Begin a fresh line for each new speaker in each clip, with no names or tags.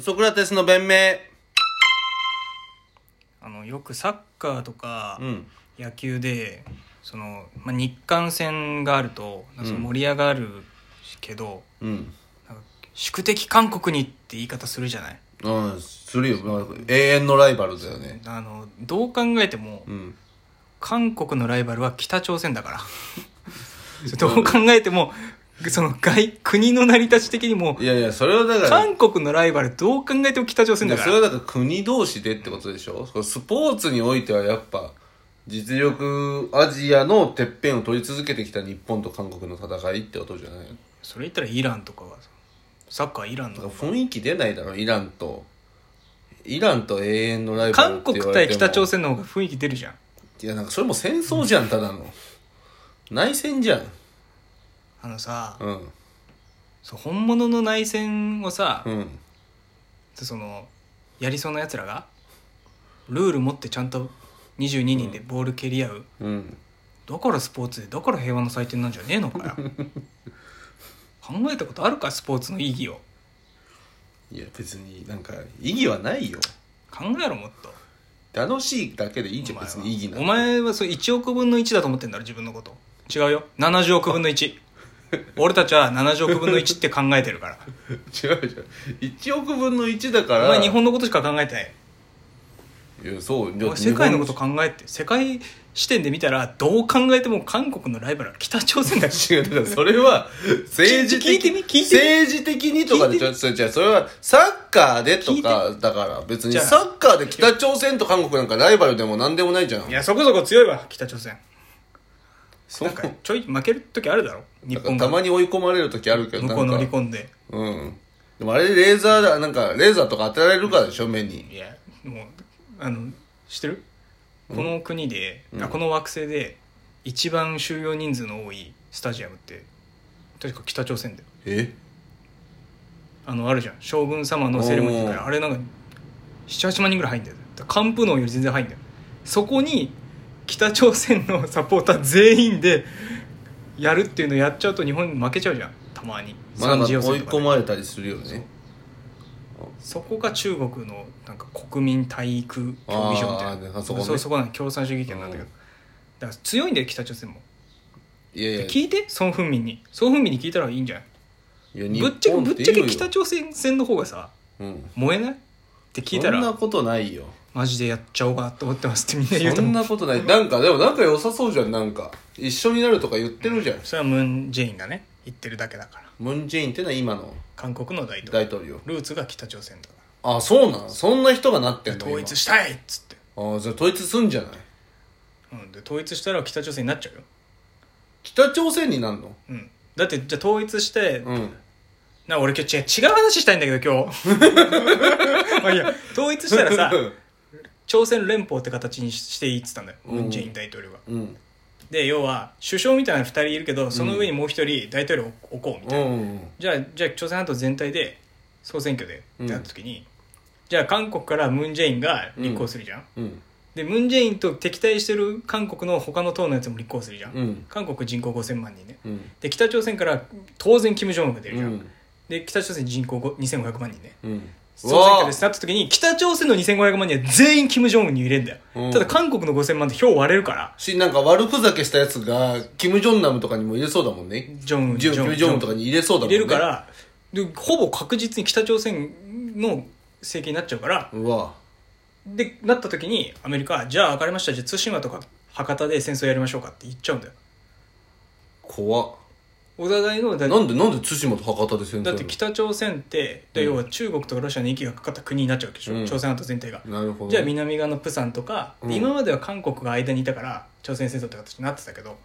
ソクラテスの弁明
あのよくサッカーとか
うん
野球で、そのまあ、日韓戦があるとなんかその盛り上がるけど、
うん
なんか宿敵韓国にって言い方するじゃない
うんするよまあ永遠のライバルだよね
あのどう考えても
うん
韓国のライバルは北朝鮮 だからどう考えてもその外国の成り立ち的にも
いやいやそれはだから
韓国のライバルどう考えても北朝鮮だか
それは
ら
だから国同士でってことでしょそのスポーツにおいてはやっぱ実力アジアのてっぺんを取り続けてきた日本と韓国の戦いってことじゃない
それ言ったらイランとかはサッカーイラン
だか
の
ら雰囲気出ないだろイランとイランと永遠のライバル
韓
って
国
言われ
対
ても
北朝鮮の方が雰囲気出るじゃん
いやなんかそれも戦争じゃんただの内戦じゃん
あのさ、
うん
そう本物の内戦をさ、
うん
そのやりそうなやつらがルール持ってちゃんと22人でボール蹴り合う、
うん
だからスポーツでだから平和の祭典なんじゃねえのか よ考えたことあるかスポーツの意義を
いや別になんか意義はないよ
考えろもっと
楽しいだけでいいじゃん別に意義なん
お
て
前はそれ1億分の1だと思ってんだろ自分のこと違うよ70億分の1 俺たちは70億分の1って考えてるから
違うじゃん1億分の1だか
お
ら
前日本のことしか考えてない
いやそう
お前世界のこと考えて世界視点で見たらどう考えても韓国のライバルは北朝鮮だし
違うだからそれ は政治的
聞いてみ聞いてみ
政治的にとかでちょちょちょそれはサッカーでとかだから別に
じゃあ
サッカーで北朝鮮と韓国なんかライバルでも何でもないじゃん
いやそこそこ強いわ北朝鮮
そ
な
うん
かちょい負ける時あるだろ日
なんか
本
た
が
ま
向
に追い込まれる時あるけど
こう乗
な
り
んか
込んで
うんでもあれレーザーだなんかレーザーとか当てられるからでしょ目に
いやもうあの知ってる、この国で、あこの惑星で一番収容人数の多いスタジアムって確か北朝鮮だよ
え
あのあるじゃん将軍様のセレモニーから
おー
あれなんか78万人ぐらい入んだよだからカンプノーより全然入んだよそこに北朝鮮のサポーター全員でやるっていうのやっちゃうと日本負けちゃうじゃんたまに
まあなんか
三次
追い
予選とか
込
で
まれたりするよね
そこが中国のなんか国民体育競技場みたい
あー
な
あそこね
そうそこなん共産主義圏なんだけど、
うん
だから強いんだよ北朝鮮も
いやいや
聞いて孫文民に孫文民に聞いたらいいんじゃない
いや日
ぶっちゃけ
本
ぶ
て
っちゃ
言う
け
よ
北朝鮮戦の方がさ
うん
燃えないって聞いた
そんな
ら
ことないよ
マジでやっちゃおうかなと思ってますってみんな 言うと
そん
思う
なことないなんかでも仲良さそうじゃんなんか一緒になるとか言ってるじゃん
それはムン・ジェインがね言ってるだけだから
ムン・ジェインってのは今の
韓国の大統
大
領
統領
ルーツが北朝鮮だか
あそうなんそんな人がなって
ら
んの
統一
し
したいっつって、
あじゃあ統一すんじゃない
うん、で統一したら北朝鮮になっちゃうよ、
北朝鮮になんの
うん、だってじゃあ統一して
うん
な、俺今日違う違う話したいんだけど今日。 まあいいや、統一したらさ、朝鮮連邦って形にししていいっつったんだよ。
うん
ムン・ジェイン大統領が。
うん
で、要は、首相みたいな二人いるけど、その上にもう一人大統領を置こうみたいな。
うん
じゃあ、じゃあ朝鮮半島全体で総選挙で
うん
ってなった時に、じゃあ韓国からムン・ジェインが立候補するじゃん。
うん
で、ムン・ジェインと敵対してる韓国の他の党のやつも立候補するじゃん。
うん
韓国人口5000万人ね。
うん
で、北朝鮮から当然金正恩が出る
う
じゃん。
ん
で、北朝鮮人口5 2500万人ね。
うん
総選挙ですなった時に北朝鮮の2500万人は全員金正恩に入れんだよ、
うん
ただ韓国の5000万って票割れるから
しなんか悪ふざけしたやつがキム・ジョンナムとかにも入れそうだもんね
ジョンウン
ジョンキム・ジョンウンとかに入れそうだも
入
んね
れるからでほぼ確実に北朝鮮の政権になっちゃうから
うわ
でなった時にアメリカはじゃあ分かりましたじゃあ対馬とか博多で戦争やりましょうかって言っちゃうんだよ
怖っ
お互いのだ
なんでなんで対馬と博多で戦争
だ
や
っ
る
て北朝鮮って、で要は中国とかロシアの息がかかった国になっちゃうわけでしょ、
うん
朝鮮半島全体が
なるほど
じゃあ南側のプサンとか、
うん
今までは韓国が間にいたから朝鮮戦争って形になってたけど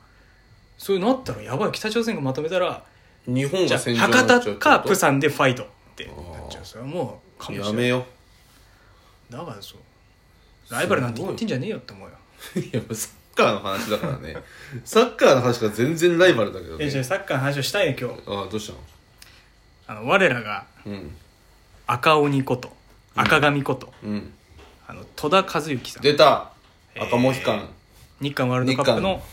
そうなったらやばい北朝鮮がまとめたら
日本
じゃ
が
あ
戦場になっ
博
ちゃうって
多
こと
かプサンでファイトってなっちゃうそれはもう勘弁
や
し
め
て
よ
だからそうライバルなんて言ってんじゃねえよって思うよ
ういやサッカーの話だから ねサッカーの話が全然ライバルだけど
えじゃあ
ね
サッカーの話をしたいね今日
ああどうした
あの我らが
のうん
赤鬼こと赤髪こと、
うん
あの戸田和幸さん
出た赤モヒカン
日韓ワールドカップの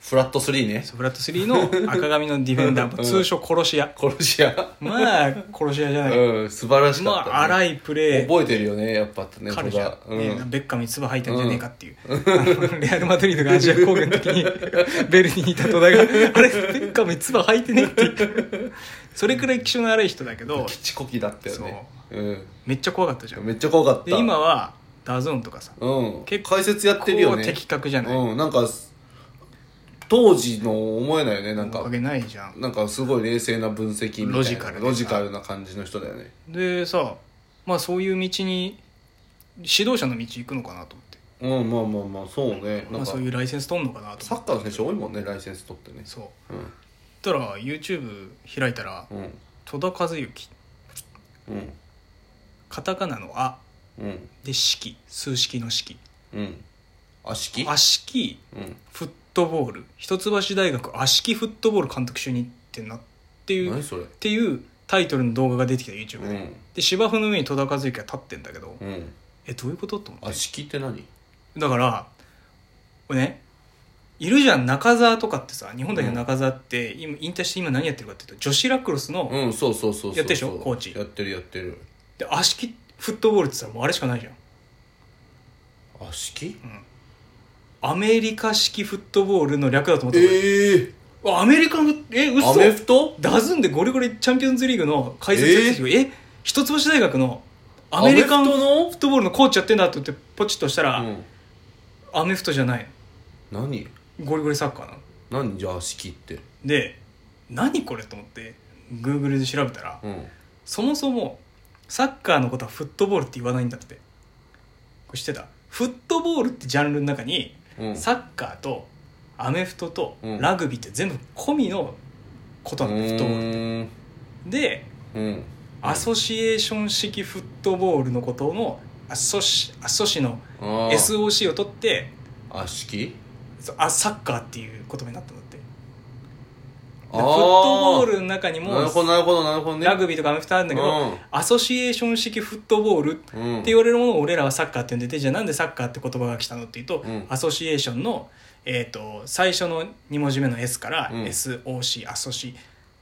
フラット3ね
そうフラット3の赤髪のディフェンダー
うん
通称殺し屋
殺し屋
まあ殺し屋じゃない、
うん素晴らし
ま
かった、
あ荒いプレー
覚えてるよねやっぱね
彼
そ
じ
れ
ゃ
は、
ね
うん、
ベッカムに唾吐いたんじゃねえかっていう、あのレアル・マドリードがアジア高原の時 にベルディにいた戸田があれベッカムに唾吐いてねえっていうそれくらい気性の荒い人だけど
キチコキだったよねう、
めっちゃ怖かったじゃ
ん、
ん
めっちゃ怖かった
で今はダゾーンとかさ
うん
結構
解説やってるよね
こう的確じゃない、
うんなんか当時の思えないよねなん
お
か
かげないじゃん
なんかすごい冷静な分析みたいな
ロジカル
ロジカルな感じの人だよね
でさまあそういう道に指導者の道行くのかなと思って
うんまあまあまあそうねな
ま
ん
あ、
か
そういうライセンス取んのかなと
サ
思って
ッカーの選手多いもんねライセンス取ってね
そう
う
たら YouTube 開いたら
んうん
戸田和
う
幸
ん
カタカナの「あ」
うん
で式数式の式
うん足利
悪式
うん
フットボール一橋大学悪式フットボール監督就任ってなっていうっ
何それ
ていうタイトルの動画が出てきた YouTube
う
で,、
ん
で芝生の上に戸田和幸が立ってんだけど、
うん
えどういうことと思って
足利って何
だからねいるじゃん中澤とかってさ日本代表の中澤って今引退して今何やってるかっていうと女子ラクロスの、
うんそうそうそうそう
やってるでしょコーチ
やってるやってる
で足利フットボールってさもうあれしかないじゃん
足利
アメリカ式フットボールの略だと思ってた、
ええ
わアメリカのえ嘘
アメフト
ダズンでゴリゴリチャンピオンズリーグの解説やってた時え一橋大学のアメリカン
アメフ
フ
トの
ットボールのコーチやってんだって言ってポチッとしたら、
うん
アメフトじゃない
何
ゴリゴリサッカーなの
何じゃあ足利って
で何これと思ってグーグルで調べたら、
うん
そもそもサッカーのことはフットボールって言わないんだってこれ知ってたフットボールってジャンルの中に、
うん
サッカーとアメフトと
うん
ラグビーって全部込みのことなの、フットボール
ーん
で
うん
アソシエーション式フットボールのことのアソシアソシの
あー
SOC を取って
あ式
そうあサッカーっていう言葉になったんだってで
フ
フットボールの中に
な
も
るほどなるほどなるほどね
ラグビーとかアメフトあるんだけど、
うん
アソシエーション式フットボールって
うん
言われるものを俺らはサッカーって呼んでてじゃあなんでサッカーって言葉が来たのっていうと、
うん
アソシエーションの、えー、と最初の2文字目の S から
うん
SOC アソシ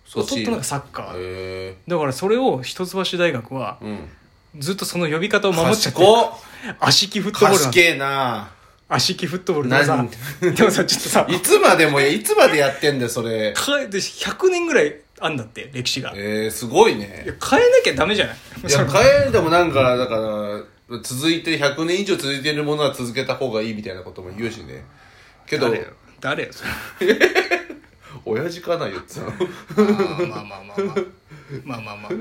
そ
を
う
取ったのがサッカー、
へえ
だからそれを一橋大学は
うん
ずっとその呼び方を守っちゃって
賢っ
足利フットボールな
賢
んだ
けえな
足利フットボールでもさ
なん
でもさちょっとさ
いつまでもいつまでやってんだよそれ
変えて100年ぐらいあんだって歴史がいや
えー、すごいね
変えなきゃダメじゃない
いや変えでもなんかだから続いて100年以上続いてるものは続けた方がいいみたいなことも言うしねけど
誰よ誰よそれ
親父かな言ってたの
まあまあまあまあまあまあまあ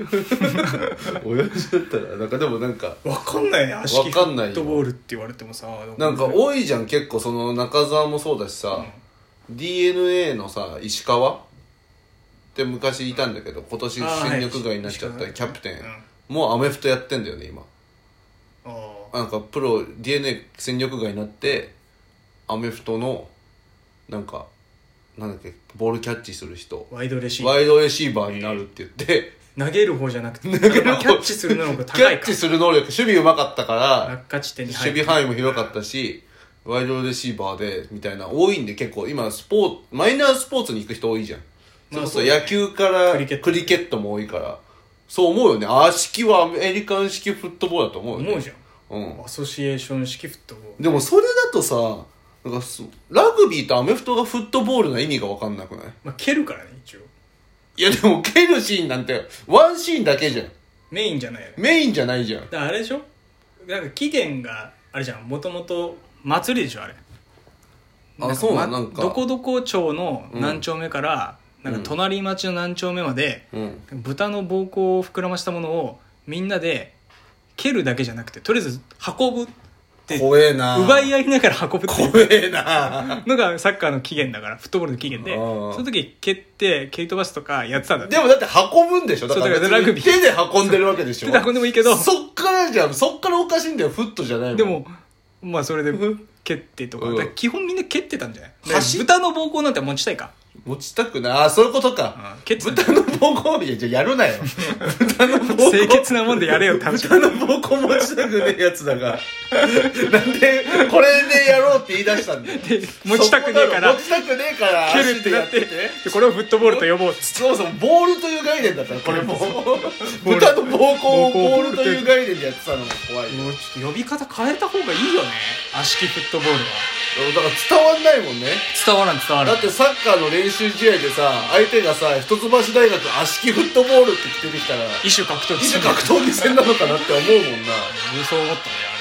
親父だったらなんかでもなんか
わかんないね足利
わ
フ
かんない
ッ
よ
トボールって言われてもさ
なんか多いじゃん結構その中澤もそうだしさ、d n a のさ石川って昔いたんだけど今年戦力外になっちゃっ
あーは
た
い
キャプテン、
う
もうアメフトやってんだよね今
あー
なんかプロ d n a 戦力外になってアメフトのなんかなんだっけボールキャッチする人
ワイドレシー
ワイドレシーバーになるって言って、
ブ投げる方じゃなく て
げる方
キャッチする能力が
キ
高
ャ
い
ッ
か
チする能力守備うまかったから
ら落下地点に入
守
る
備範囲も広かったし、ワイドレシーバーで、みたいな、多いんで結構、今、スポーツ、マイナースポーツに行く人多いじゃん。そ
ま
う
あ
そう、野球から
ク
ク
リ
リ
ケ
ケ
ッ
ッ
ト
トも多いから、そう思うよね。あー式はアメリカン式フットボールだと思うよ、ね。
思うじゃ
ゃん。うん
んアソシエーション式フットボール。
でもそれだとさ、なんかそうラグビーとアメフトがフットボールな意味がわかんなくない
まあ蹴るからね一応
いやでも蹴るシーンなんて、ワンシーンだけじゃん。
メインじゃないよね
メインじゃないじゃん。
だからあれでしょなんか期限があれじゃんもともと祭りでしょあれ
あそうな
ま
んなんか
どこどこ町の何丁目から、なんか隣町の何丁目まで、
うん。
豚の膀胱を膨らましたものをみんなで蹴るだけじゃなくてとりあえず運ぶって
怖えな
奪い合いながら運ぶっていう
怖えな
のがサッカーの起源だからフットボールの起源で
あー
その時蹴って蹴り飛ばすとかやってたんだって
でもだって運ぶんでしょだから
そうだからラグビー
別に手で運んでるわけでしょ
手で運んでもいいけど
そっからじゃん。そっからおかしいんだよ。フットじゃないもん。
で、もまあそれで蹴ってとか,、
うん
基本みんな蹴ってたんじゃない
走っ
豚の膀胱なんて持ちたいか
持ちたくないああそういうことか
うんケツ
豚の膀胱いやじゃあやる なよ豚の膀胱
清潔なもんでやれよって話
豚の膀胱持ちたくねえやつだが なんでこれでやろうって言い出したんだよ
で持ちたくねえから
そこだろ持ちたくねえから
蹴るってなって
足でや
でこれをフットボールと呼ぼうっつ
そもそもボールという概念だったらこれ もう 豚の膀胱をボールという概念でやってたのも怖い
ってもうちょっと呼び方変えた方がいいよね足式フットボールは
だから伝わんないもんね
伝わらん伝わら
だ
ん
ってサッカーの練習試合でさ相手がさ一橋大学足利フットボールって着てきたら
異種格闘技
一種格闘技戦なのかなって思うもんな
俺そう思ったねあ